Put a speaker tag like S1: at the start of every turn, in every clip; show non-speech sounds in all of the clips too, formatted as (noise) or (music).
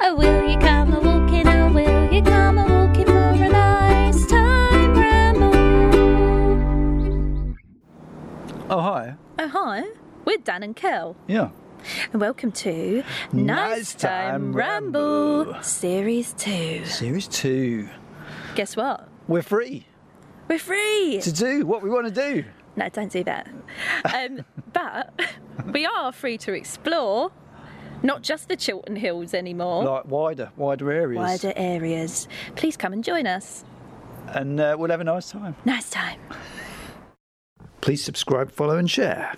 S1: Oh, will you come a walking? Oh, will you come a walking for a nice time ramble?
S2: Oh, hi.
S1: Oh, hi. We're Dan and Kel,
S2: Yeah.
S1: and welcome to
S2: Nice Time Ramble.
S1: Series 2.
S2: Series two.
S1: Guess what?
S2: We're free
S1: We're free!
S2: to do what we want to do.
S1: No, don't do that. Um,
S2: (laughs)
S1: but we are free to explore not just the Chiltern Hills anymore.
S2: Like wider, wider areas.
S1: Wider areas. Please come and join us.
S2: And uh, we'll have a nice time.
S1: Nice time.
S2: Please subscribe, follow, and share.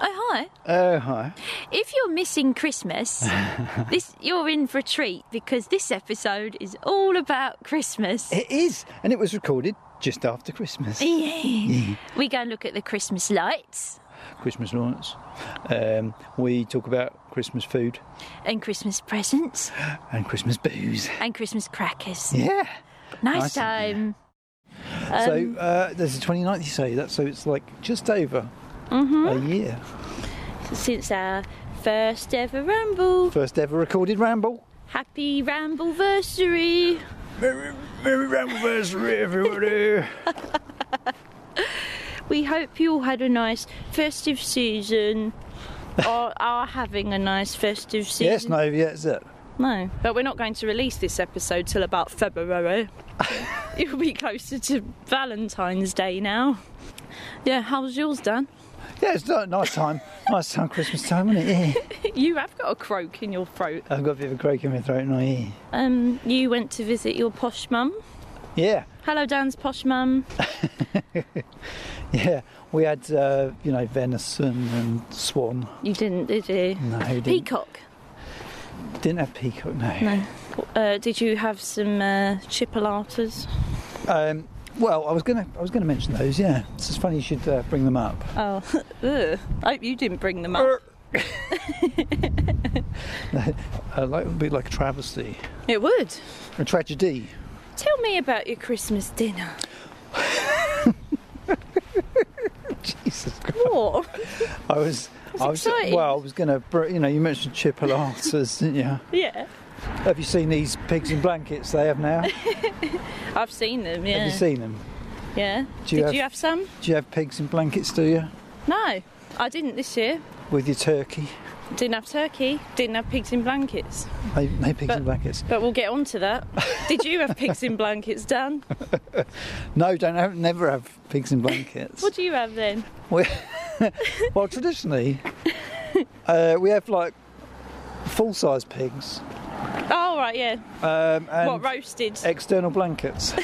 S1: Oh, hi.
S2: Oh, hi.
S1: If you're missing Christmas, this you're in for a treat because this episode is all about Christmas.
S2: It is. And it was recorded just after Christmas.
S1: Yeah. we go and look at the Christmas lights
S2: Christmas lights. Um, we talk about Christmas food
S1: and Christmas presents
S2: and Christmas booze. (laughs)
S1: and Christmas crackers.
S2: Yeah.
S1: Nice
S2: Nice
S1: time.
S2: so uh, there's the 29th, you say that, so it's like just over a year.
S1: Since our first ever ramble.
S2: First ever recorded ramble.
S1: Happy Rambleversary.
S2: Merry, merry ramble everybody.
S1: We hope you all had a nice festive season. or are having a nice festive season.
S2: yes, no, yeah, that's it.
S1: No. But we're not going to release this episode till about (laughs) February. It'll be closer to Valentine's Day now. Yeah, how's yours, Dan?
S2: Yeah, it's not nice time. nice time, Christmas time, isn't it? Yeah.
S1: (laughs) You have got a croak in your throat.
S2: I've got a bit of a croak in my throat and I yeah.
S1: Um, you went to visit your posh mum.
S2: Yeah,
S1: Hello, Dan's posh mum.
S2: yeah. We had, uh, you know, venison and swan.
S1: You didn't, did you?
S2: No, we didn't,
S1: Peacock.
S2: didn't have peacock, no.
S1: No. Uh, did you have some uh, chipolatas?
S2: Um, well, I was gonna, I was gonna mention those. Yeah, it's just funny you should uh, bring them up.
S1: Oh, (laughs) ugh. I hope you didn't bring them
S2: (laughs)
S1: up.
S2: Uh, like, it would be like a travesty,
S1: It would.
S2: a tragedy. (laughs)
S1: Tell me about your Christmas dinner.
S2: Jesus Christ.
S1: What?
S2: I was, I was,
S1: exciting.
S2: well, I was gonna, br- you know, you mentioned chipolatas, didn't you?
S1: (laughs) yeah.
S2: Have you seen these pigs in blankets they have now?
S1: I've seen them, yeah.
S2: Have you seen them?
S1: Yeah.
S2: Do you
S1: Did
S2: have-
S1: you have some?
S2: Do you have pigs in blankets? Do you?
S1: No, I didn't this year.
S2: With your turkey?
S1: Didn't have turkey, didn't have pigs in blankets.
S2: No, no pigs
S1: But-
S2: in blankets.
S1: But we'll get on to
S2: (laughs)
S1: that. Did you have pigs in blankets, Dan?
S2: No, don't have, never have pigs in blankets.
S1: What do you have then?
S2: We- (laughs) well,
S1: (laughs)
S2: traditionally, uh, we have like full-size pigs
S1: Oh, right, yeah.
S2: um, and
S1: what, roasted? (laughs)
S2: external blankets.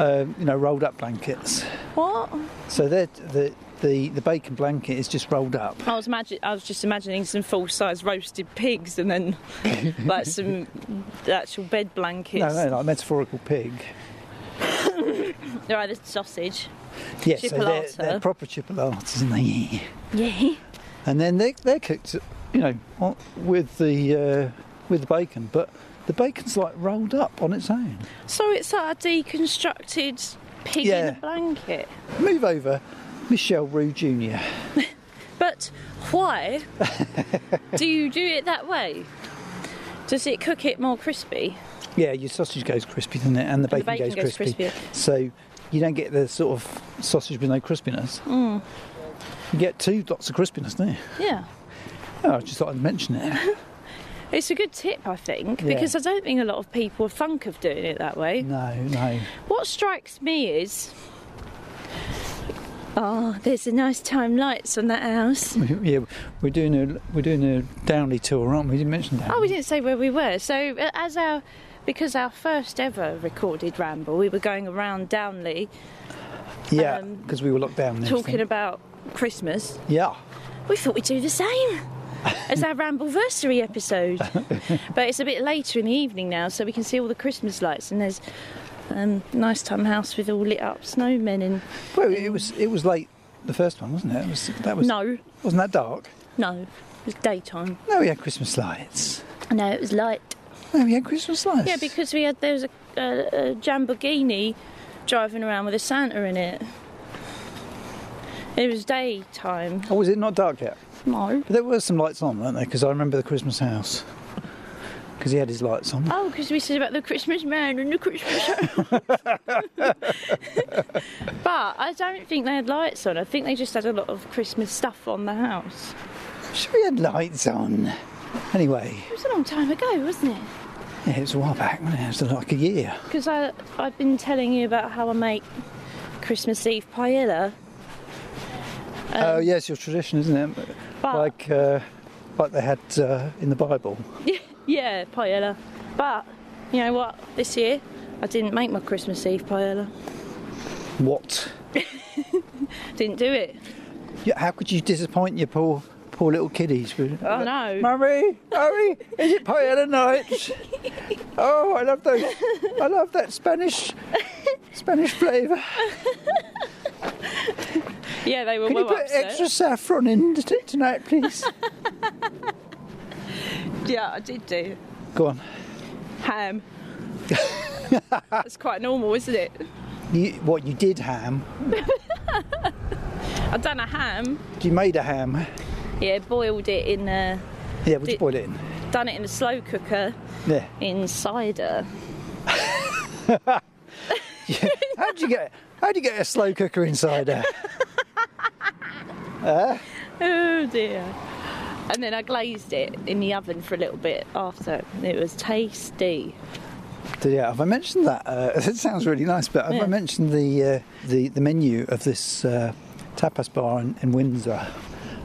S2: um, you know, rolled-up blankets.
S1: what?
S2: So they're- the the the bacon blanket is just rolled up.
S1: I was, imagine- I was just imagining some full size roasted pigs and
S2: (laughs)
S1: then like some actual bed blankets.
S2: No, no, like metaphorical pig.
S1: They're either sausage.
S2: Yeah, so they're,
S1: Chipolata.
S2: they're proper chipolatas, and they.
S1: Yeah.
S2: and then they they're cooked, you know, on- with the uh, with the bacon, but the bacon's like rolled up on its own.
S1: So it's like a deconstructed pig in
S2: Yeah.
S1: a blanket.
S2: Move over, Michelle Rue Jr.
S1: But why do you do it that way? Does it cook it more crispy?
S2: Yeah, your sausage goes crispy, doesn't it? And the
S1: And the
S2: bacon,
S1: bacon goes
S2: goes, crispy.
S1: crispier.
S2: So you don't get the sort of sausage with no crispiness.
S1: Mm.
S2: You get two lots of crispiness, don't you?
S1: Yeah.
S2: Oh, I just thought I'd mention
S1: (laughs)
S2: it.
S1: It's a good tip, I think,
S2: Yeah. Mm.
S1: because I don't think a lot of people think of doing it that way.
S2: no, no.
S1: What strikes me is. Oh, there's a nice time lights on that house.
S2: Yeah, we're doing a we're doing a Downley tour, aren't we? We didn't mention that.
S1: Oh, we didn't say where we were. So, uh, as our because our first ever recorded ramble, we were going around Downley
S2: Yeah,
S1: um,
S2: because we were locked down. and
S1: talking
S2: everything.
S1: about Christmas.
S2: Yeah.
S1: We thought we'd do the same as our Rambleversary episode. but it's a bit later in the evening now, so we can see all the Christmas lights and there's um, nice time house with all lit up snowmen and
S2: Well, it was it was late. The first one wasn't it? it was, that was
S1: no,
S2: Wasn't that dark?
S1: no, it was daytime.
S2: No, we had Christmas lights.
S1: No, it was light.
S2: No, we had Christmas lights.
S1: Yeah, because we had there was a, a, a Jamborghini driving around with a Santa in it. It was daytime.
S2: Oh, was it not dark yet?
S1: No.
S2: But there were some lights on, weren't there? Because I remember the Christmas house. because he had his lights on.
S1: Oh, because we said about the Christmas man and the Christmas. (laughs)
S2: (laughs)
S1: but I don't think they had lights on. I think they just had a lot of Christmas stuff on the house.
S2: Sure, he had lights on. Anyway,
S1: It was a long time ago, wasn't it?
S2: yeah, it was a while back. wasn't It It was like a year.
S1: Because I I've been telling you about how I make Christmas Eve paella. Um,
S2: Oh yes, your tradition, isn't it?
S1: But
S2: Like, uh, like they had uh, in the Bible.
S1: yeah, paella. But you know what? This year I didn't make my Christmas Eve paella.
S2: What?
S1: Didn't do it.
S2: Yeah, how could you disappoint your poor, poor little kiddies? with-
S1: Oh, no.
S2: Mummy, mummy, is it paella night? oh, I love those. I love that Spanish, Spanish flavour.
S1: Yeah, they were
S2: Can you
S1: well
S2: put
S1: upset.
S2: extra saffron in t- tonight, please?
S1: Yeah, I did do
S2: Go on. (laughs)
S1: ham. That's quite normal, isn't it?
S2: You, what you did ham?
S1: I've done a ham.
S2: You made a ham.
S1: Yeah, boiled it in. Uh,
S2: Yeah, would you
S1: Did-
S2: boil it in?
S1: done it in a slow cooker
S2: Yeah.
S1: in cider.
S2: yeah. How'd you get? How'd you get a slow cooker insider?
S1: Oh dear. And then I glazed it in the oven for a little bit after. It was tasty.
S2: So, yeah, have I mentioned that? Uh, (laughs) it sounds really nice, but have
S1: Yeah.
S2: I mentioned the uh, the the menu of this uh, tapas bar in, in Windsor?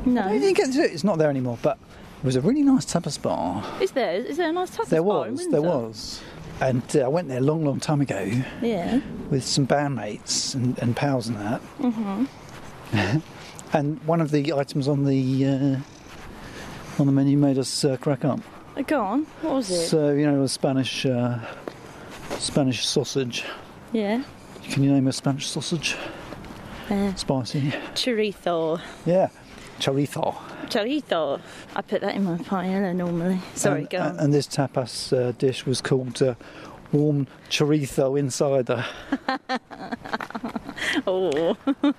S2: I
S1: No.
S2: don't think it's, it's not there anymore, but it was a really nice tapas bar.
S1: Is there? Is there a nice tapas
S2: There
S1: bar in
S2: was, there
S1: Windsor?
S2: was, and uh, I went there a long, long time ago
S1: Yeah.
S2: with some bandmates and, and pals and that. Mm-hmm. (laughs) and one of the items on the uh, on the menu made us uh, crack up.
S1: Oh, Go on. What was it?
S2: So you know, a Spanish uh, Spanish sausage.
S1: yeah.
S2: Can you name a Spanish sausage?
S1: Uh,
S2: Spicy.
S1: chorizo.
S2: Yeah. Chorizo.
S1: Chorizo. I put that in my paella normally. Sorry,
S2: and, uh,
S1: go on.
S2: And this tapas uh, dish was called uh, warm chorizo insider.
S1: oh, (laughs)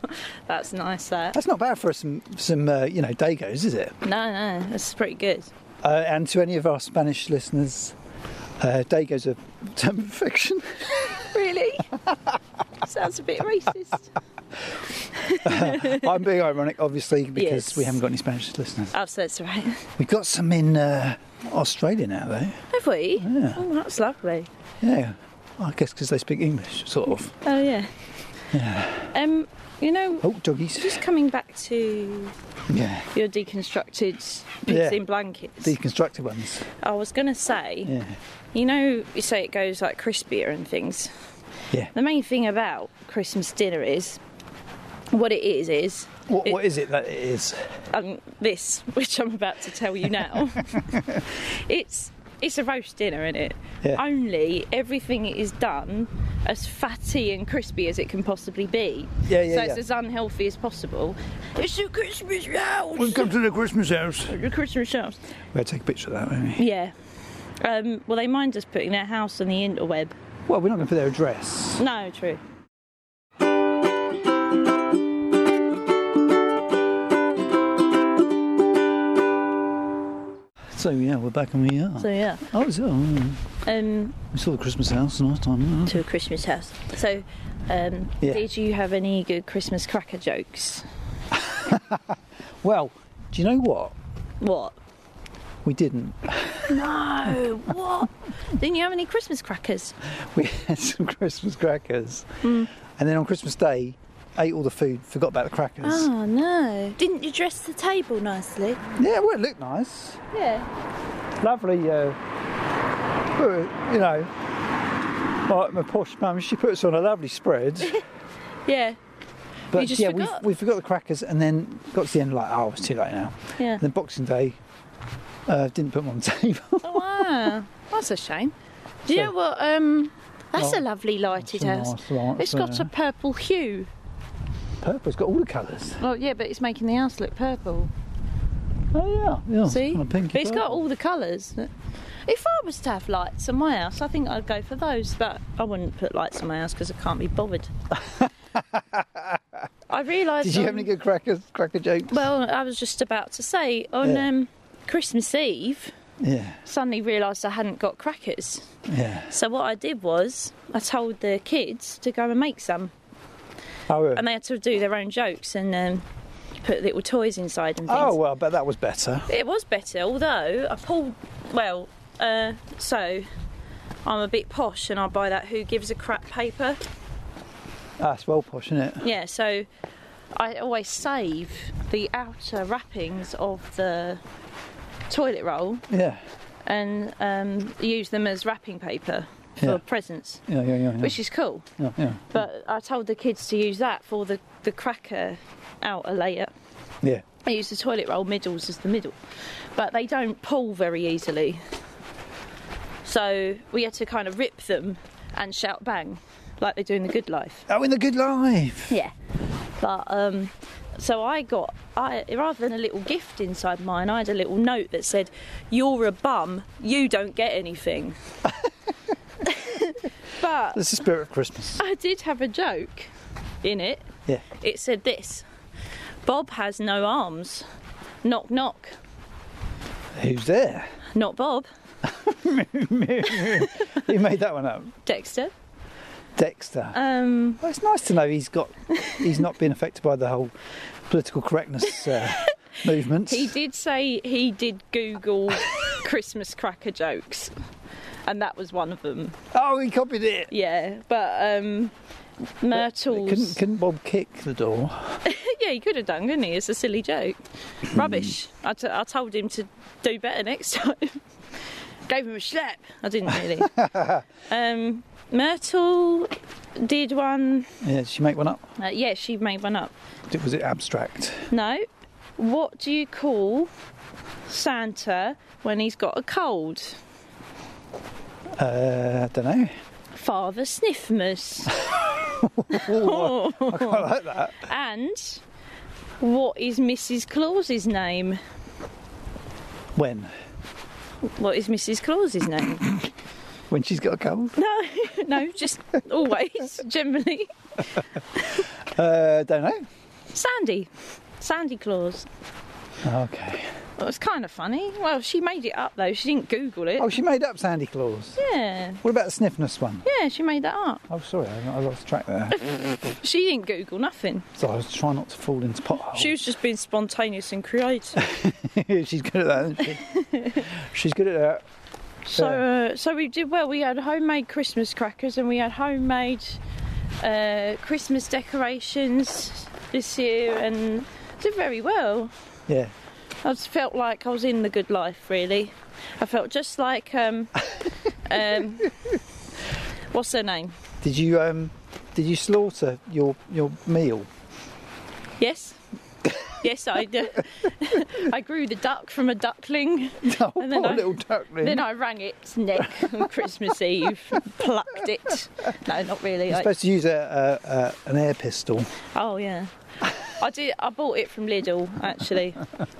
S1: that's nice. That.
S2: That's not bad for some some uh, you know dagos, is it?
S1: No, no, that's pretty good.
S2: Uh, and to any of our Spanish listeners, uh, dagos are (laughs) term of fiction.
S1: (laughs) Really? Sounds a bit racist.
S2: I'm being
S1: (laughs)
S2: ironic, obviously, because we
S1: Yes.
S2: haven't got any Spanish listeners.
S1: Oh, so that's right.
S2: We've got some in uh, Australia now, though.
S1: Have we?
S2: Yeah.
S1: Oh, that's lovely.
S2: Yeah. I guess because they speak English, sort of.
S1: Oh yeah. Um, you know,
S2: Oh, doggies.
S1: just coming back to
S2: Yeah.
S1: your deconstructed pigs
S2: Yeah.
S1: in blankets.
S2: Deconstructed ones.
S1: I was gonna say,
S2: Yeah.
S1: you know, you say it goes like crispier and things.
S2: Yeah.
S1: The main thing about Christmas dinner is what it is is
S2: What,
S1: It-
S2: what is it that it is?
S1: um, this, (laughs) which I'm about to tell you
S2: (laughs)
S1: now. it's it's a roast dinner, isn't it?
S2: Yeah.
S1: Only everything is done as fatty and crispy as it can possibly be.
S2: Yeah, yeah,
S1: So it's
S2: yeah.
S1: as unhealthy as possible. It's a Christmas house.
S2: come to the Christmas house.
S1: The Christmas house.
S2: We'll take a picture of that, won't we?
S1: Yeah. Um, well, they mind us putting their house on the interweb.
S2: Well, we're not going to put their address.
S1: No, true.
S2: So, yeah, we're back and we are.
S1: So yeah,
S2: oh, so, mm,
S1: um,
S2: we saw the Christmas house last time.
S1: to a Christmas house. So, um,
S2: Yeah.
S1: did you have any good Christmas cracker jokes?
S2: Well, do you know what?
S1: What?
S2: We didn't. (laughs)
S1: No, what? (laughs) Didn't you have any Christmas crackers?
S2: We had some Christmas crackers.
S1: Hmm.
S2: And then on Christmas Day, ate all the food, forgot about the crackers.
S1: Oh no. Didn't you dress the table nicely?
S2: Yeah, well, it looked nice.
S1: Yeah.
S2: lovely, uh, uh, you know, my, my posh mum, she puts on a
S1: (laughs)
S2: lovely spread.
S1: Yeah.
S2: But
S1: You just
S2: yeah,
S1: forgot.
S2: We, we forgot the crackers and then got to the end, like, oh, it's too late now.
S1: Yeah.
S2: (laughs) And then Boxing Day, uh, didn't put them on the (laughs) table.
S1: Oh, wow. That's a shame. Do you
S2: So-
S1: know what? Um, that's a
S2: Light.
S1: lovely lighted
S2: That's a
S1: house.
S2: nice light,
S1: It's got a
S2: yeah.
S1: purple hue.
S2: Purple, it's got all the colours.
S1: Well, yeah, but it's making the house look purple.
S2: Oh, yeah, yeah.
S1: See?
S2: It's kinda pinky
S1: but it's got
S2: purple.
S1: all the colours. If I was to have lights on my house, I think I'd go for those, but I wouldn't put lights on my house because I can't be bothered. I realised.
S2: Did you
S1: on-
S2: have any good crackers, cracker jokes?
S1: Well, I was just about to say on
S2: Yeah.
S1: um, Christmas Eve,
S2: Yeah.
S1: suddenly realised I hadn't got crackers.
S2: Yeah.
S1: So what I did was I told the kids to go and make some,
S2: Oh, uh,
S1: and they had to do their own jokes and um, put little toys inside and things.
S2: oh well, I bet that was better.
S1: It was better, although I pulled. Well, uh, so I'm a bit posh and I buy that Who Gives a Crap paper.
S2: That's Ah, well posh, isn't it?
S1: Yeah, so I always save the outer wrappings of the toilet roll
S2: Yeah.
S1: and um, use them as wrapping paper for
S2: Yeah.
S1: presents,
S2: Yeah, yeah, yeah. yeah.
S1: which is cool.
S2: yeah, yeah.
S1: But I told the kids to use that for the, the cracker outer layer.
S2: yeah.
S1: I use the toilet roll middles as the middle, but they don't pull very easily. So we had to kind of rip them and shout bang, like they do in the good life.
S2: Oh, in the good life.
S1: Yeah. But um, so I got, I rather than a little gift inside mine, I had a little note that said, "You're a bum. You don't get anything." (laughs) but
S2: That's the spirit of Christmas.
S1: I did have a joke in it.
S2: Yeah.
S1: It said this: "Bob has no arms. Knock knock."
S2: Who's there?
S1: Not Bob.
S2: Who made that one up?
S1: Dexter.
S2: Dexter.
S1: Um,
S2: Well, it's nice to know he's got he's not been affected by the whole political correctness uh,
S1: (laughs)
S2: movement. (laughs)
S1: he did say he did Google Christmas cracker jokes, and that was one of them.
S2: Oh, he copied it.
S1: Yeah, but um, Myrtle's.
S2: Couldn't, couldn't Bob kick the door?
S1: yeah, he could have done, couldn't he? It's a silly
S2: (clears throat)
S1: joke. Rubbish. I, t- I told him to do better next (laughs) time. Gave him a slap. I didn't really.
S2: (laughs)
S1: um, Myrtle did one.
S2: Yeah, did she make one up?
S1: Uh, yeah, she made one up.
S2: Did- Was it abstract?
S1: No. What do you call Santa when he's got a cold?
S2: Uh, I
S1: (laughs)
S2: don't know.
S1: Father Sniffmas.
S2: (laughs) Oh, I quite like that.
S1: and what is Mrs. Claus's name?
S2: When?
S1: What is Mrs. Claus's name?
S2: When she's got a cold?
S1: no, (laughs) no, just always, (laughs) generally.
S2: Uh, don't know.
S1: Sandy. Sandy Claus.
S2: Okay.
S1: Well, it's kind of funny. Well, she made it up though. She didn't Google it.
S2: Oh, she made up Sandy Claus.
S1: Yeah.
S2: What about the sniffness one?
S1: Yeah, she made that up.
S2: Oh, sorry, I I lost track there.
S1: She didn't Google nothing.
S2: So I was trying not to fall into potholes.
S1: She was just being spontaneous and creative.
S2: (laughs) She's good at that, isn't she? She's good at that.
S1: (laughs) So, uh, so we did well. We had homemade Christmas crackers and we had homemade uh, Christmas decorations this year, and did very well.
S2: Yeah.
S1: I just felt like I was in the good life, really. I felt just like
S2: (laughs)
S1: um, um, what's her name?
S2: Did you um did you slaughter your your meal? (laughs)
S1: Yes, yes, I did. (laughs) I grew the duck from a duckling.
S2: Oh,
S1: And then
S2: poor
S1: I-
S2: little duckling.
S1: Then I wrang its neck on Christmas Eve, plucked it. No, not really.
S2: You're
S1: I-
S2: supposed to use a, a, a an air pistol.
S1: Oh yeah. I did. I bought it from Lidl actually.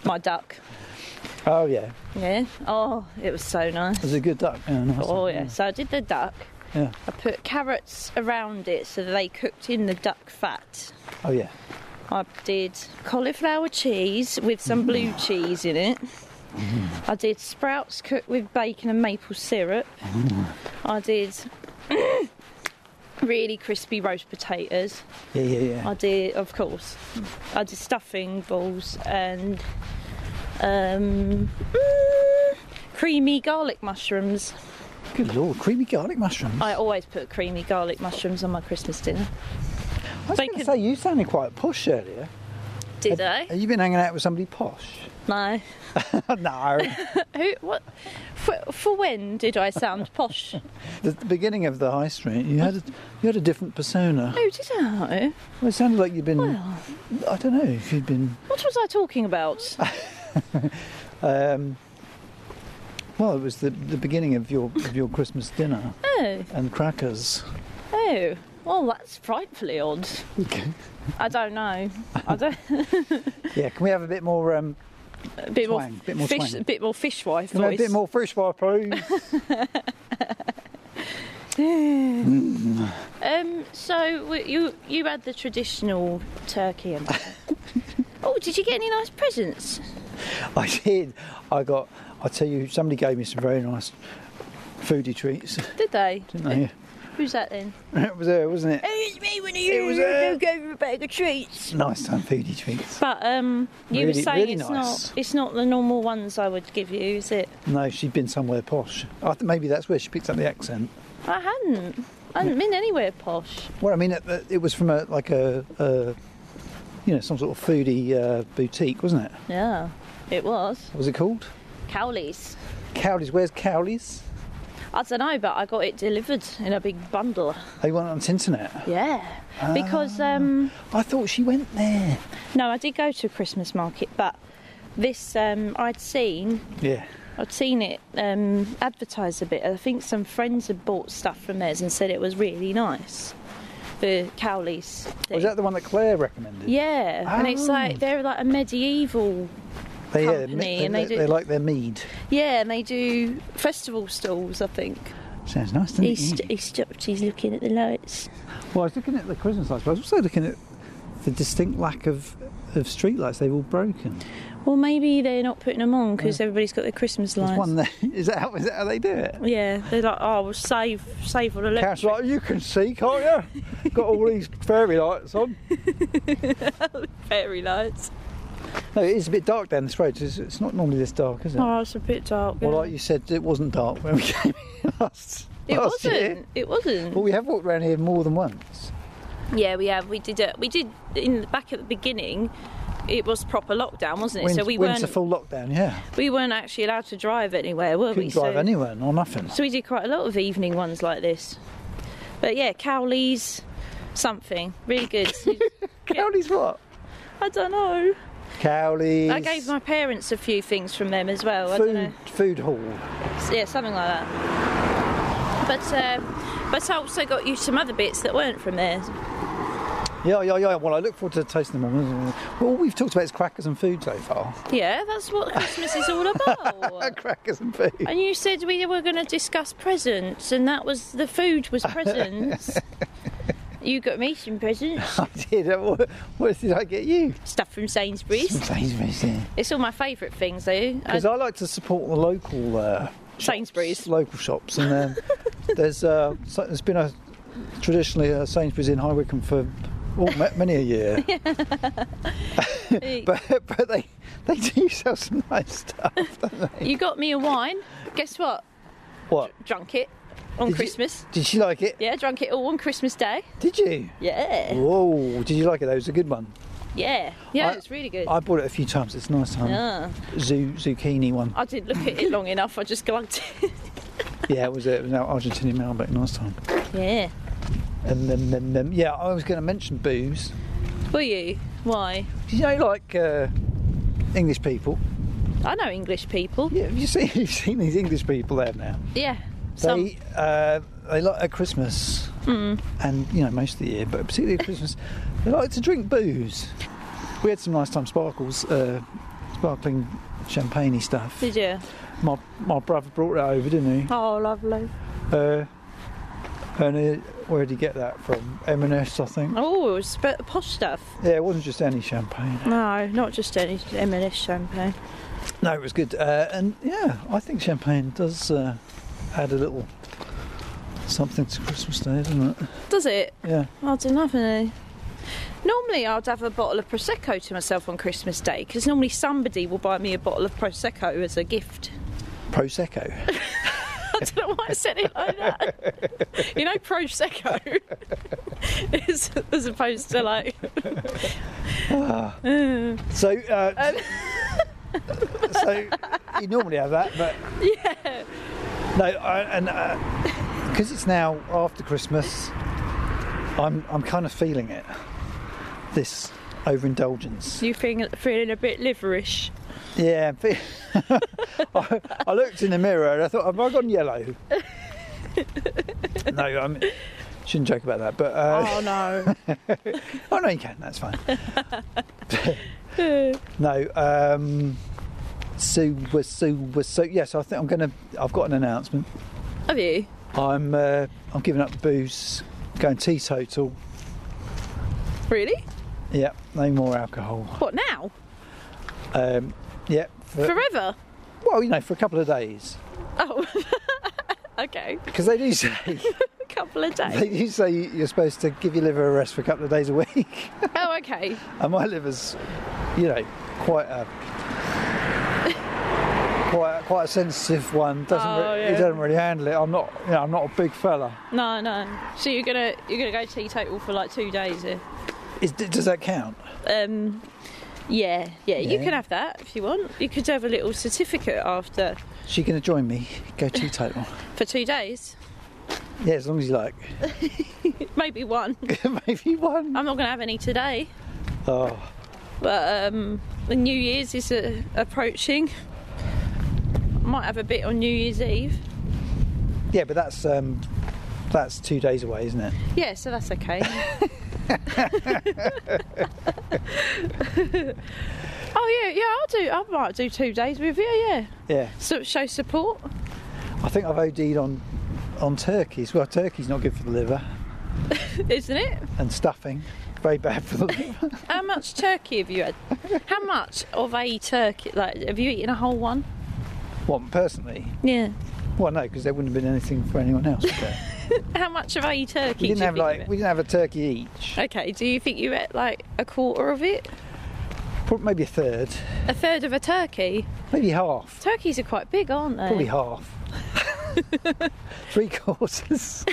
S1: My duck.
S2: Oh yeah,
S1: Yeah. Oh, it was so nice.
S2: it was a good duck. Yeah, nice
S1: Oh
S2: one,
S1: yeah. So I did the duck.
S2: Yeah.
S1: I put carrots around it so that they cooked in the duck fat.
S2: Oh yeah.
S1: I did cauliflower cheese with
S2: Mm.
S1: some blue cheese in it. I did sprouts cooked with bacon and maple syrup.
S2: Mm.
S1: I did (coughs) really crispy roast potatoes.
S2: Yeah yeah yeah.
S1: I did, of course. I did stuffing balls and um, mm, creamy garlic mushrooms.
S2: Good lord, creamy garlic mushrooms.
S1: I always put creamy garlic mushrooms on my Christmas dinner.
S2: I was
S1: they
S2: going to
S1: could-
S2: say you sounded quite posh earlier.
S1: Did
S2: Have-
S1: I?
S2: Have you been hanging out with somebody posh?
S1: No. (laughs)
S2: no.
S1: Who? What? For, for when did I sound posh?
S2: (laughs) the, the beginning of the high street, you had a, you had a different persona.
S1: Oh, did I?
S2: Well, it sounded like you'd been.
S1: Well,
S2: I don't know if you'd been.
S1: what was I talking
S2: (laughs)
S1: about?
S2: Um, well, it was the, the beginning of your of your Christmas dinner
S1: Oh,
S2: and
S1: (laughs)
S2: crackers.
S1: oh. Well, that's frightfully odd. I don't know. I don't.
S2: Yeah, can we have a bit more? Um,
S1: A bit more,
S2: Twang, bit more
S1: fish.
S2: twang.
S1: Bit more fishwife
S2: can we have a
S1: voice. (sighs)
S2: bit more fresh water, please? Mm.
S1: Um, so w- you you had the traditional turkey and.
S2: (laughs) (laughs)
S1: oh, did you get any nice presents?
S2: I did. I got. I tell you, somebody gave me some very nice foodie treats, (laughs)
S1: Did they?
S2: didn't they?
S1: Who's that then?
S2: it was there, wasn't it?
S1: It was Oh, me when
S2: It was there.
S1: gave me a bag of treats.
S2: Nice time foodie treats.
S1: But um, you were
S2: Really-
S1: saying
S2: really
S1: it's
S2: nice.
S1: not it's not the normal ones I would give you, is it?
S2: No, she'd been somewhere posh. I think maybe that's where she picked up the accent.
S1: I hadn't. I hadn't been anywhere posh.
S2: Well, I mean, it, it was from a like a, a you know some sort of foodie uh, boutique, wasn't it?
S1: Yeah, it was.
S2: What was it called?
S1: Cowley's.
S2: Cowley's. Where's Cowley's?
S1: I don't know, but I got it delivered in a big bundle.
S2: They went on internet.
S1: Yeah,
S2: Ah.
S1: because um,
S2: I thought she went there.
S1: no, I did go to a Christmas market, but this um, I'd seen
S2: Yeah.
S1: I'd seen it um, advertised a bit. I think some friends had bought stuff from theirs and said it was really nice. The Cowley's. Thing.
S2: Was that the one that Claire recommended?
S1: yeah, and it's
S2: Oh.
S1: like they're like a medieval.
S2: They, yeah,
S1: company,
S2: they,
S1: and they
S2: they,
S1: do-
S2: like their mead.
S1: Yeah, and they do festival stalls. I think.
S2: Sounds nice, doesn't
S1: He,
S2: it?
S1: st- he stopped. He's looking at the lights.
S2: Well, I was looking at the Christmas lights, but I was also looking at the distinct lack of of street lights. They've all broken.
S1: Well, maybe they're not putting them on because everybody's got their Christmas
S2: There's
S1: lights.
S2: one there. (laughs) Is that, how, is that how they do it?
S1: Yeah, they're like, oh, we'll save save all the
S2: Carol's
S1: electric.
S2: like, you can see, can't
S1: (laughs)
S2: you? Got all these fairy lights on.
S1: (laughs) fairy lights.
S2: No, it is a bit dark down this road. It's, it's not normally this dark, is it?
S1: Oh, it's a bit dark.
S2: Well,
S1: yeah.
S2: like you said, it wasn't dark when we (laughs) came here last.
S1: it
S2: last
S1: wasn't.
S2: year.
S1: It wasn't.
S2: But we have walked around here more than once.
S1: Yeah, we have. We did. Uh, we did in the back at the beginning. It was proper lockdown, wasn't it?
S2: Win-
S1: so we
S2: winter
S1: weren't
S2: full lockdown, yeah.
S1: we weren't actually allowed to drive anywhere, were
S2: Couldn't
S1: we?
S2: drive
S1: so,
S2: anywhere, nor nothing.
S1: so we did quite a lot of evening ones like this. But yeah, Cowley's something really
S2: (laughs)
S1: good.
S2: Cowley's what?
S1: I don't know.
S2: Cowley's.
S1: I gave my parents a few things from them as well. I don't know.
S2: food food hall.
S1: So, yeah, something like that. But uh, but I also got you some other bits that weren't from there.
S2: Yeah, yeah, yeah. Well, I look forward to tasting them. Well, all we've talked about is crackers and food so far.
S1: Yeah, that's what Christmas is
S2: (laughs)
S1: all about.
S2: crackers and (laughs) food.
S1: And you said we were going to discuss presents, and that was the food was
S2: (laughs)
S1: presents. you got me some presents,
S2: I did. Uh, What, what did I get you?
S1: stuff from Sainsbury's. It's all my favourite things, though. I-
S2: Because I like to support the local uh,
S1: Sainsbury's.
S2: local shops, and
S1: (laughs)
S2: um, there's uh, so- there's been a traditionally a Sainsbury's in High Wycombe for oh, ma- many
S1: (laughs)
S2: a year, (laughs) but but they they do sell some nice stuff.
S1: (laughs) you got me a wine. Guess what?
S2: What
S1: Drunk it on
S2: Did you-
S1: Christmas.
S2: did she like it?
S1: Yeah, drunk it all on Christmas Day.
S2: Did you?
S1: Yeah,
S2: Whoa! Did you like it? That was a good one.
S1: yeah, yeah.
S2: I-
S1: it's really good.
S2: I bought it a few times. It's a nice one.
S1: yeah.
S2: Zoo, zucchini one.
S1: I didn't look at it long enough. I just glugged it. (laughs)
S2: Yeah, it was it was an Argentinian Malbec last time.
S1: yeah.
S2: And then, then, then yeah, I was going to mention booze.
S1: Were you? Why?
S2: You know, like uh, English people.
S1: I know English people.
S2: Yeah, have you seen (laughs) you've seen these English people there now?
S1: Yeah. Some. Mm.
S2: They uh, they like at Christmas and you know most of the year, but particularly
S1: (laughs)
S2: at Christmas, they like to drink booze. We had some nice time sparkles, uh, sparkling champagne stuff.
S1: Did you?
S2: My my brother brought that over, didn't he?
S1: Oh, lovely.
S2: Uh, and uh, where did he get that from? M&S, I think.
S1: Oh, it was a bit of posh stuff.
S2: Yeah, it wasn't just any champagne.
S1: No, not just any M&S champagne.
S2: No, it was good. Uh, and yeah, I think champagne does uh, add a little something to Christmas Day, doesn't it?
S1: Does it?
S2: Yeah.
S1: I don't have any. Normally, I'd have a bottle of prosecco to myself on Christmas Day because normally somebody will buy me a bottle of prosecco as a gift. (laughs)
S2: Prosecco.
S1: I don't know why I said it like that. (laughs) You know, prosecco (laughs) is as opposed to like.
S2: So, uh, so you normally have that, but yeah. No, I, and because it's now after Christmas, I'm I'm kind of feeling it. This overindulgence.
S1: You feeling feeling a bit liverish.
S2: Yeah, (laughs) but- I, I looked in the mirror and I thought, have I gone yellow? no, I shouldn't joke about that. But uh,
S1: Oh no.
S2: (laughs) oh. no, you can. That's fine. (laughs) no, um, Sue was Sue was so. Yes, I think I'm gonna. I've got an announcement.
S1: (laughs) have you?
S2: I'm uh, I'm giving up the booze, going teetotal.
S1: Really?
S2: Yep, no more alcohol.
S1: What now?
S2: Um, yep. for-
S1: Uh, Forever?
S2: Well, you know, for a couple of days,
S1: Oh, (laughs) okay.
S2: because they do (laughs) say
S1: A couple of
S2: they
S1: days.
S2: do say you're supposed to give your liver a rest for a couple of days a week, (laughs)
S1: oh, okay.
S2: and my liver's, you know, quite
S1: (laughs)
S2: a. Quite, quite a sensitive one. Doesn't
S1: Oh,
S2: re-
S1: yeah.
S2: It doesn't really handle it. I'm not, you know, I'm not a big fella.
S1: No, no. So you're gonna you're gonna go teetotal for like two days here.
S2: Is, does that count?
S1: Um, yeah, yeah, You
S2: Yeah.
S1: can have that if you want. You could have a little certificate after
S2: She going to join me? Go
S1: (laughs)
S2: to total.
S1: for two days,
S2: Yeah, as long as you like. (laughs)
S1: maybe one.
S2: Maybe one.
S1: I'm not gonna have any today,
S2: Oh,
S1: but um, the New Year's is uh, approaching. Might have a bit on New Year's Eve.
S2: yeah, but that's um, that's two days away, isn't it?
S1: Yeah, so that's okay. (laughs) oh yeah, yeah. I'll do. I might do two days with you. Yeah.
S2: Yeah,
S1: So show support.
S2: I think I've OD'd on on turkeys. Well, turkey's not good for the liver,
S1: Isn't it?
S2: and stuffing, very
S1: (laughs)
S2: bad for the liver.
S1: How much turkey have you had? How much of a turkey? Like, have you eaten a whole one?
S2: well, personally,
S1: Yeah.
S2: well, no, because there wouldn't have been anything for anyone else. would there?
S1: (laughs) How much of a turkey?
S2: we
S1: do
S2: didn't
S1: you
S2: have
S1: think you
S2: like we didn't have a turkey each.
S1: ate? Okay. Do you think you ate like a quarter of it?
S2: Probably maybe a third,
S1: A third of a turkey?
S2: maybe half.
S1: Turkeys are quite big, aren't they? (laughs)
S2: Probably half. Three courses.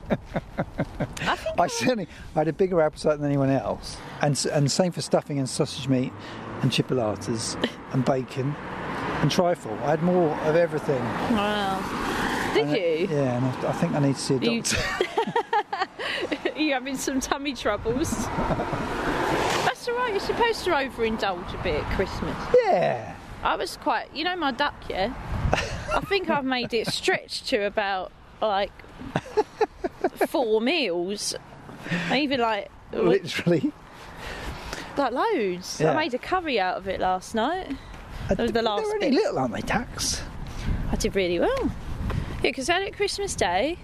S1: I think.
S2: I certainly I had a bigger appetite than anyone else, and s- and same for stuffing and sausage meat, and chipolatas,
S1: (laughs)
S2: and bacon, and trifle. I had more of everything.
S1: Wow.
S2: And I-
S1: Did you?
S2: Yeah, and I, I think I need to see a
S1: You- (laughs)
S2: doctor.
S1: Are (laughs) you having some tummy troubles?
S2: (laughs)
S1: That's all right. You're supposed to overindulge a bit at Christmas.
S2: yeah,
S1: I was quite, you know, my duck, yeah. I think I've made it stretch to about like four meals, maybe like like
S2: literally.
S1: loads.
S2: Yeah.
S1: I made a curry out of it last night.
S2: That
S1: was the last
S2: They're really
S1: bit.
S2: little, aren't they, ducks?
S1: I did really well. Yeah, because I had it Christmas Day.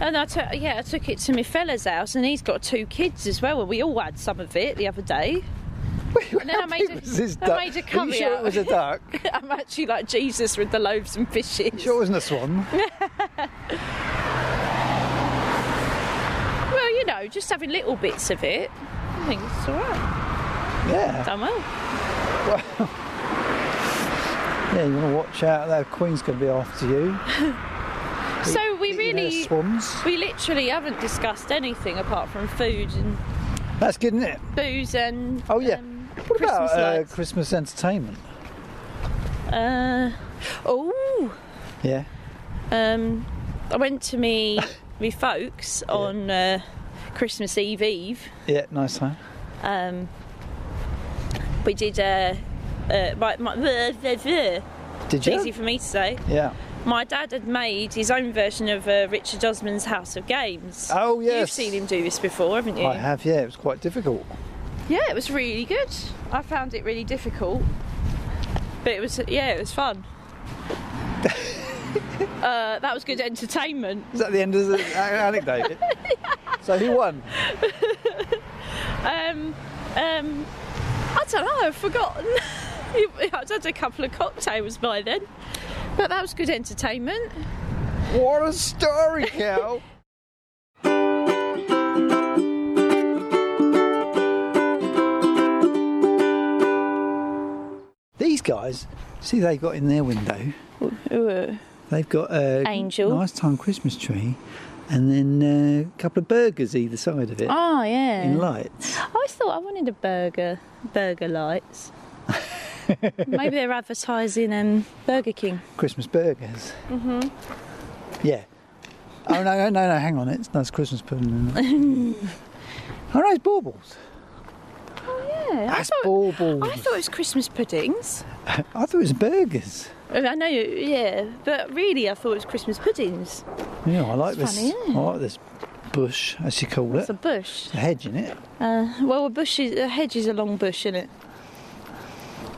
S1: And I took, yeah, I took it to my fella's house, and he's got two kids as well. And we all had some of it the other day. (laughs) then I
S2: How
S1: made
S2: big
S1: a-
S2: was this
S1: I
S2: duck?
S1: made a
S2: Are you
S1: curry
S2: sure
S1: out.
S2: it was
S1: (laughs)
S2: a duck?
S1: I'm actually like Jesus with the loaves and fishes.
S2: sure it wasn't a swan.
S1: Well, you know, just having little bits of it. I think it's all right.
S2: Yeah,
S1: Done well.
S2: yeah. You want to watch out. That queen's going to be after you.
S1: So we
S2: Eating her
S1: really,
S2: swans.
S1: we literally haven't discussed anything apart from food and
S2: That's good, isn't it?
S1: booze and.
S2: Oh yeah.
S1: um,
S2: what about
S1: Christmas
S2: uh,
S1: lights.
S2: Christmas entertainment?
S1: Uh, oh,
S2: Yeah.
S1: um, I went to
S2: (laughs)
S1: me me folks on uh, Christmas Eve Eve.
S2: Yeah, nice huh?
S1: Um, we did. Uh, uh, my, my,
S2: Did
S1: it's
S2: you?
S1: easy for me to say.
S2: Yeah.
S1: My dad had made his own version of uh, Richard Osman's House of Games.
S2: Oh yes.
S1: You've seen him do this before, haven't you?
S2: I have. Yeah, it was quite difficult.
S1: Yeah, it was really good. I found it really difficult, but it was yeah, it was fun. uh, that was good entertainment.
S2: Is that the end of the a- anecdote?
S1: (laughs)
S2: so who won?
S1: Um, um, I don't know, I've forgotten. (laughs) I'd had a couple of cocktails by then, but that was good entertainment.
S2: What a story,
S1: (laughs)
S2: Cal. These guys, see, they got in their window. They've got a
S1: Angel.
S2: nice time Christmas tree, and then uh, a couple of burgers either side of it
S1: Oh
S2: in
S1: yeah,
S2: lights.
S1: I always thought I wanted a burger, burger lights. Maybe they're advertising um, Burger King.
S2: Christmas burgers. Mm-hmm. Yeah. Oh no no no no! Hang on, it's that's Christmas pudding. Isn't
S1: (laughs)
S2: it? oh no, it's baubles.
S1: Yeah,
S2: That's
S1: I thought,
S2: baubles.
S1: I thought it was Christmas puddings.
S2: I thought it was burgers.
S1: I know, yeah, but really, I thought it was Christmas puddings.
S2: Yeah, I like
S1: It's
S2: this.
S1: funny, isn't it?
S2: I like this bush, as you call
S1: It's
S2: it.
S1: a bush.
S2: A hedge in it.
S1: Uh, well, a bush is a hedge is a long bush, isn't it?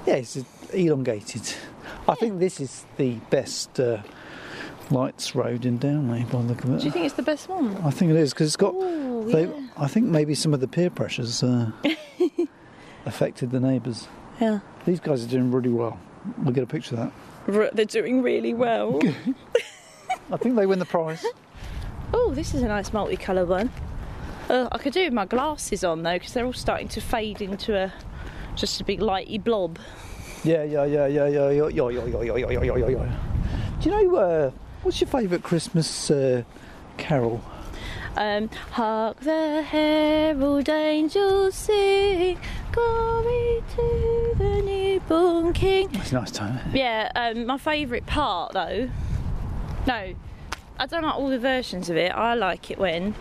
S2: Yeah, it's elongated. I think this is the best uh, lights road in Downley by the look of it.
S1: Do you think it's the best one?
S2: I think it is because it's got.
S1: Ooh,
S2: they,
S1: yeah.
S2: I think maybe some of the
S1: (laughs)
S2: peer pressures uh, affected the neighbours.
S1: Yeah.
S2: These guys are doing really well. We'll get a picture of that.
S1: R- They're doing really (laughs) well.
S2: I think they win the prize.
S1: oh, this is a nice multicolour one. Uh, I could do with my glasses on though, because they're all starting to fade into a just a big lighty blob.
S2: Yeah, yeah, yeah, yeah, yeah, yeah, yeah, yeah, yeah, yeah, yeah, yeah, yeah, yeah. Do you know uh, what's your favourite Christmas uh, carol?
S1: Um, Hark the herald angels sing, glory to the newborn king.
S2: It's a nice time. isn't it?
S1: Yeah, um, my favourite part though. No, I don't like all the versions of it. I like it when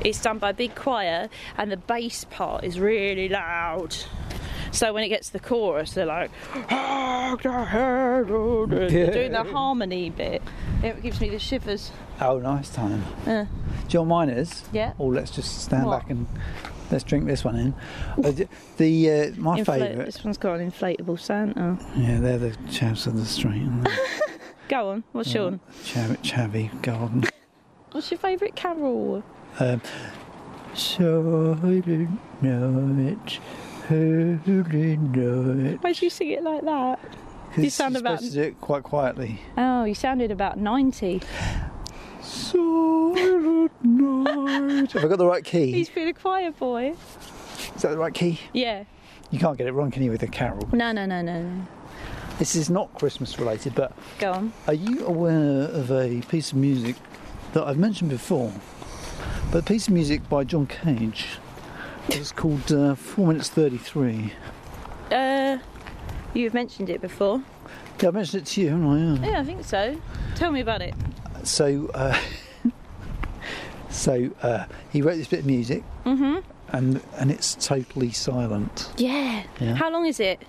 S1: it's done by a big choir and the bass part is really loud. So when it gets to the chorus, they're like, "Hark the herald angels-" They're doing the harmony bit. It gives me the shivers.
S2: Oh, nice time.
S1: Uh,
S2: Do you know what mine is?
S1: Yeah.
S2: Or let's just stand
S1: What?
S2: back and let's drink this one in. Uh, d- the uh, my
S1: inflate-
S2: favourite.
S1: This one's got an inflatable Santa.
S2: Yeah, they're the chaps on the street.
S1: (laughs)
S2: aren't they?
S1: Go on, what's yours?
S2: Chav- Chavvy Garden.
S1: What's your favourite carol?
S2: Um, so I don't know it. Who did know it?
S1: Why do you sing it like that?
S2: 'Cause
S1: You sound
S2: you're
S1: about-
S2: supposed to do it quite quietly.
S1: Oh, you sounded about 90.
S2: Silent night. Have I got the right key?
S1: He's been a choir boy.
S2: Is that the right key?
S1: Yeah.
S2: You can't get it wrong, can you, with a carol?
S1: No, no, no, no, no.
S2: This is not Christmas related, but
S1: Go on.
S2: are you aware of a piece of music that I've mentioned before? But a piece of music by John Cage. It's called uh, 4 minutes 33.
S1: Uh, you've mentioned it before.
S2: Yeah, I mentioned it to you, haven't I? Yeah.
S1: Yeah, I think so. Tell me about it.
S2: So, uh, (laughs) so uh, he wrote this bit of music, and and it's totally silent.
S1: Yeah.
S2: Yeah.
S1: How long is it?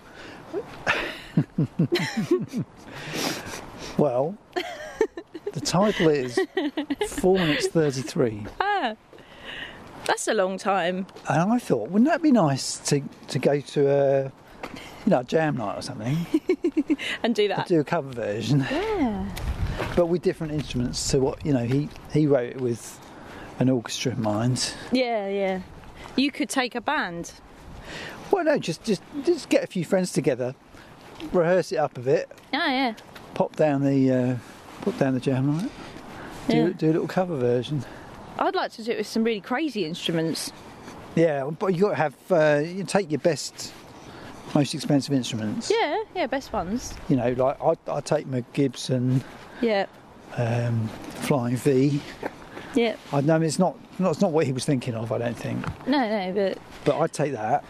S2: Well, the title is 4 minutes 33.
S1: Ah, that's a long time.
S2: And I thought, wouldn't that be nice to, to go to a, you know, a jam night or something,
S1: And do that.
S2: do a cover version,
S1: Yeah.
S2: but with different instruments to what, you know, he, he wrote it with an orchestra in mind.
S1: Yeah, yeah. You could take a band.
S2: Well, no, just, just, just get a few friends together, rehearse it up a bit,
S1: Oh, yeah.
S2: pop down the, uh, pop down the jam night, do,
S1: yeah.
S2: do a little cover version.
S1: I'd like to do it with some really crazy instruments.
S2: Yeah, but you got to have, uh, you take your best, most expensive instruments.
S1: Yeah, yeah, best ones.
S2: You know, like I, I take my Gibson
S1: Yeah,
S2: um, Flying V.
S1: yeah.
S2: I know it's not, not it's not what he was thinking of, I don't think.
S1: No, no, but
S2: But I'd take that,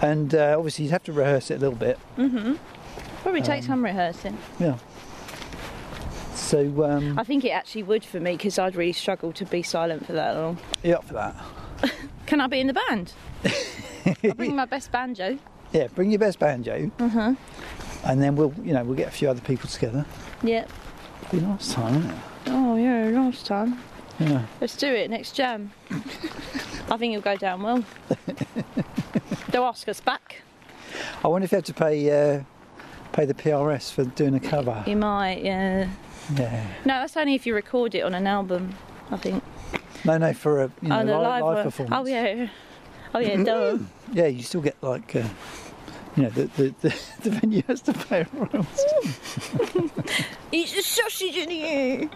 S2: and uh, obviously you'd have to rehearse it a little bit.
S1: probably take some rehearsing.
S2: Yeah. So um,
S1: I think it actually would for me because I'd really struggle to be silent for that long.
S2: you up for that?
S1: Can I be in the band? I'll bring my best banjo.
S2: Yeah, bring your best banjo,
S1: Uh-huh.
S2: and then we'll you know we'll get a few other people together.
S1: Yeah.
S2: Be nice time, isn't it?
S1: Oh, yeah, last time.
S2: Yeah.
S1: Let's do it next jam. I think it'll go down (laughs) well. They'll ask us back.
S2: I wonder if you had to pay uh, pay the PRS for doing a cover.
S1: You might, yeah.
S2: Yeah.
S1: No, that's only if you record it on an album, I think.
S2: No, no, for a you know,
S1: oh,
S2: li-
S1: the
S2: live,
S1: one. Oh,
S2: performance.
S1: yeah. Oh, yeah, (laughs) duh.
S2: Yeah, you still get like, uh, you know, the the, the, (laughs) the venue has to pay royalties.
S1: Eat the sausage in here.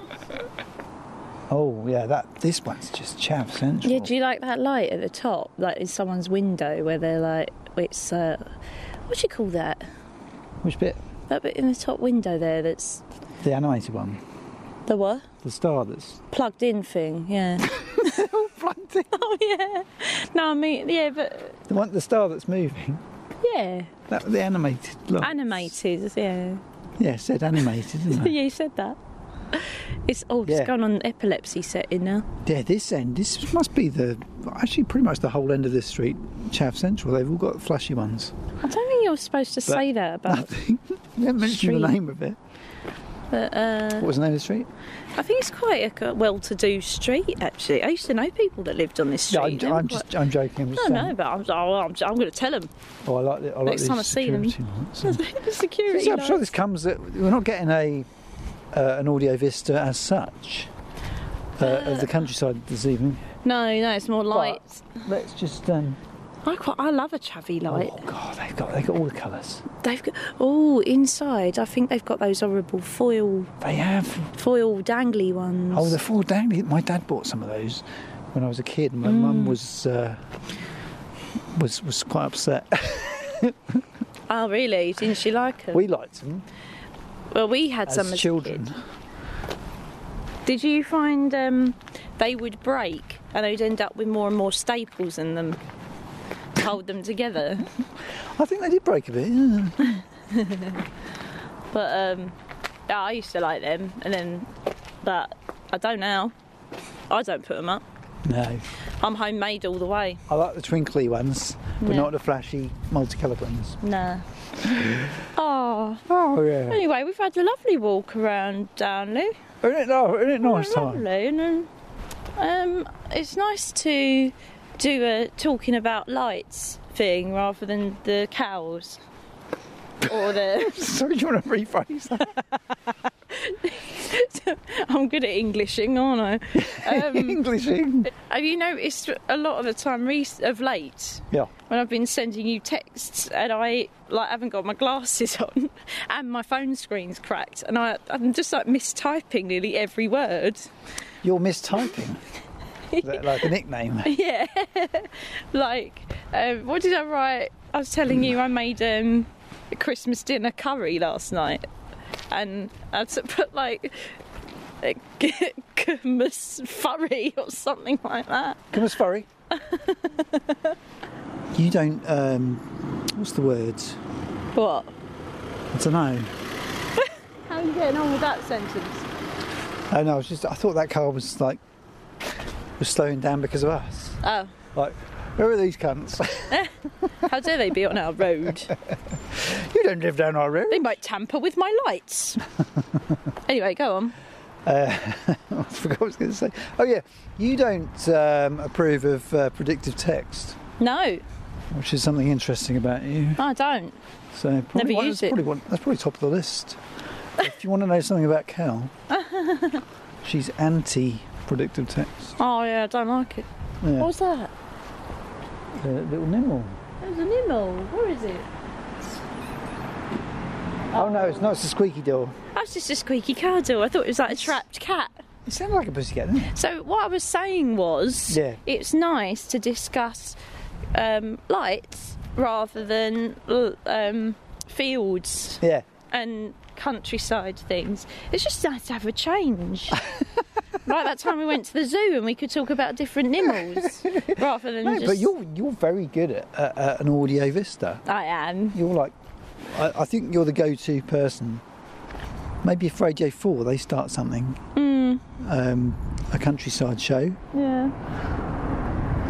S2: Oh yeah, that this one's just chav central.
S1: Yeah, do you like that light at the top, like in someone's window, where they're like, it's uh, what do you call that?
S2: Which bit?
S1: That bit in the top window there, that's
S2: The animated one,
S1: the what?
S2: the star that's (laughs)
S1: Plugged in thing, yeah.
S2: plugged in.
S1: (laughs) oh yeah. No, I mean, yeah, but
S2: The one, the star that's moving.
S1: yeah,
S2: That the animated. Lights.
S1: animated, yeah.
S2: Yeah, it said animated, didn't
S1: (laughs)
S2: it?
S1: yeah, you said that. It's oh,
S2: Yeah.
S1: it's gone on epilepsy setting now.
S2: yeah, this end. This must be the actually pretty much the whole end of this street, chav central. They've all got flashy ones.
S1: I don't think you're supposed to say that
S2: I (laughs)
S1: about,
S2: think you haven't mentioned the
S1: Oh. Street.
S2: name of it.
S1: but uh,
S2: What was the name of the street?
S1: I think it's quite a co- well-to-do street actually. I used to know people that lived on this
S2: Yeah,
S1: street.
S2: I'm, I'm just, I'm joking. I'm just
S1: No,
S2: saying.
S1: no, but I'm, oh, I'm, I'm going to tell them.
S2: Oh, I like the, I like
S1: Next
S2: the
S1: time I see them.
S2: security lights.
S1: (laughs) security.
S2: I'm sure this comes Hmm. that we're not getting a uh, an audio vista as such
S1: Uh,
S2: uh, of the countryside this evening.
S1: No, no, it's more lights.
S2: Let's just um,
S1: I quite I love a chavvy light.
S2: Oh god, they've got they've got all the colours.
S1: They've got oh inside. I think they've got those horrible foil
S2: They have.
S1: foil dangly ones.
S2: Oh, the four dangly. My dad bought some of those when I was a kid. My
S1: Mm.
S2: mum was uh, was was quite upset. (laughs)
S1: oh really? Didn't she like them?
S2: we liked them
S1: well, we had
S2: as,
S1: some as a
S2: children.
S1: kid. Did you find um, they would break and they'd end up with more and more staples in them? to Hold them
S2: (laughs)
S1: together,
S2: I think they did break a bit. Yeah.
S1: but um, yeah, I used to like them, and then, but I don't now. I don't put them up.
S2: No,
S1: I'm homemade all the way.
S2: I like the twinkly ones, but
S1: No.
S2: not the flashy multicoloured ones. (laughs)
S1: Nah. oh.
S2: Oh yeah,
S1: Anyway, we've had a lovely walk around Downley.
S2: isn't it, no, isn't it nice time?
S1: Lovely, and um, um, it's nice to do a talking about lights thing rather than the cows. Or the (laughs)
S2: (laughs) Sorry, do you want to rephrase that?
S1: I'm good at Englishing, aren't I?
S2: (laughs)
S1: Um,
S2: Englishing.
S1: have you noticed a lot of the time rec- of late
S2: Yeah.
S1: when I've been sending you texts and I like haven't got my glasses (laughs) on and my phone screen's cracked and I, I'm just like mistyping nearly every word.
S2: You're mistyping. Is that like a nickname?
S1: (laughs) Yeah, like um, what did I write? I was telling you I made um, a Christmas dinner curry last night, and I had to put like. a g- (laughs) Christmas furry or something like that.
S2: Come as furry. you don't. Um, what's the word?
S1: What?
S2: I don't know.
S1: How are you getting on with that sentence?
S2: Oh no, I was just. I thought that car was like was slowing down because of us.
S1: Oh,
S2: Like, where are these cunts? (laughs)
S1: how dare they be on our road?
S2: you don't live down our road.
S1: They might tamper with my lights. anyway, go on.
S2: Uh, (laughs) I forgot what I was going to say. Oh yeah, you don't um, approve of uh, predictive text,
S1: No,
S2: which is something interesting about you.
S1: I don't.
S2: So probably
S1: Never
S2: one-
S1: used
S2: that's
S1: it.
S2: Probably one, that's probably top of the list. if you want to know something
S1: (laughs)
S2: about Cal, she's anti-predictive text.
S1: Oh yeah, I don't like it.
S2: Yeah.
S1: What's that?
S2: The little nimble.
S1: There's an email. Where is it?
S2: Oh no, it's not. It's a squeaky door.
S1: That's just a squeaky car door. I thought it was like a trapped cat.
S2: It sounded like a pussycat, didn't
S1: (laughs)
S2: it?
S1: So what I was saying was,
S2: Yeah.
S1: it's nice to discuss um, lights rather than l- um, fields
S2: Yeah.
S1: and countryside things. It's just nice to have a
S2: (laughs)
S1: change. like that time we went to the zoo and we could talk about different
S2: (laughs)
S1: nibbles rather than
S2: No,
S1: just.
S2: but you're you're very good at, at, at an audio vista.
S1: I am.
S2: You're like, I, I think you're the go-to person. Maybe if Radio Four they start something,
S1: Hmm.
S2: um, a countryside show,
S1: Yeah.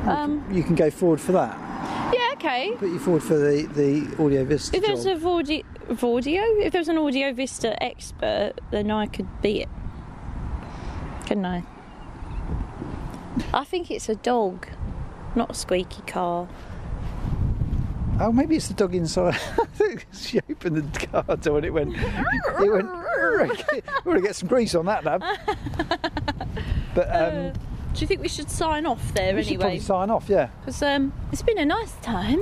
S1: Um,
S2: you can go forward for that.
S1: yeah. Okay.
S2: Put you forward for the the audio vista.
S1: If there's
S2: job.
S1: a Vordi- Vordio, if there's an Audio Vista expert, then I could be it. Couldn't I? I think it's a dog, not a squeaky car.
S2: Oh, maybe it's the dog inside. (laughs) I think she opened the car door and it went. It went. (laughs) We want to get some grease on
S1: (laughs)
S2: that, lab. But um,
S1: Uh, Do you think we should sign off there
S2: we should
S1: anyway?
S2: probably sign off. Yeah,
S1: Because um, it's been a nice time.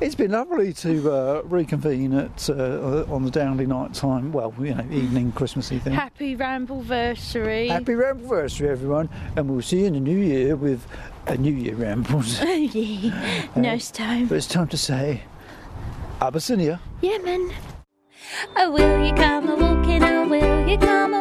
S2: it's been lovely to uh, reconvene at uh, on the Downley night time. Well, you know, evening, Christmassy thing.
S1: Happy Rambleversary.
S2: Happy Rambleversary, everyone, and we'll see you in the new year with a new year rambles.
S1: (laughs)
S2: (laughs)
S1: yeah. Nice time.
S2: but it's time to say, Abyssinia.
S1: Yeah, man.
S3: Oh, will you come a walking? Oh, will you come a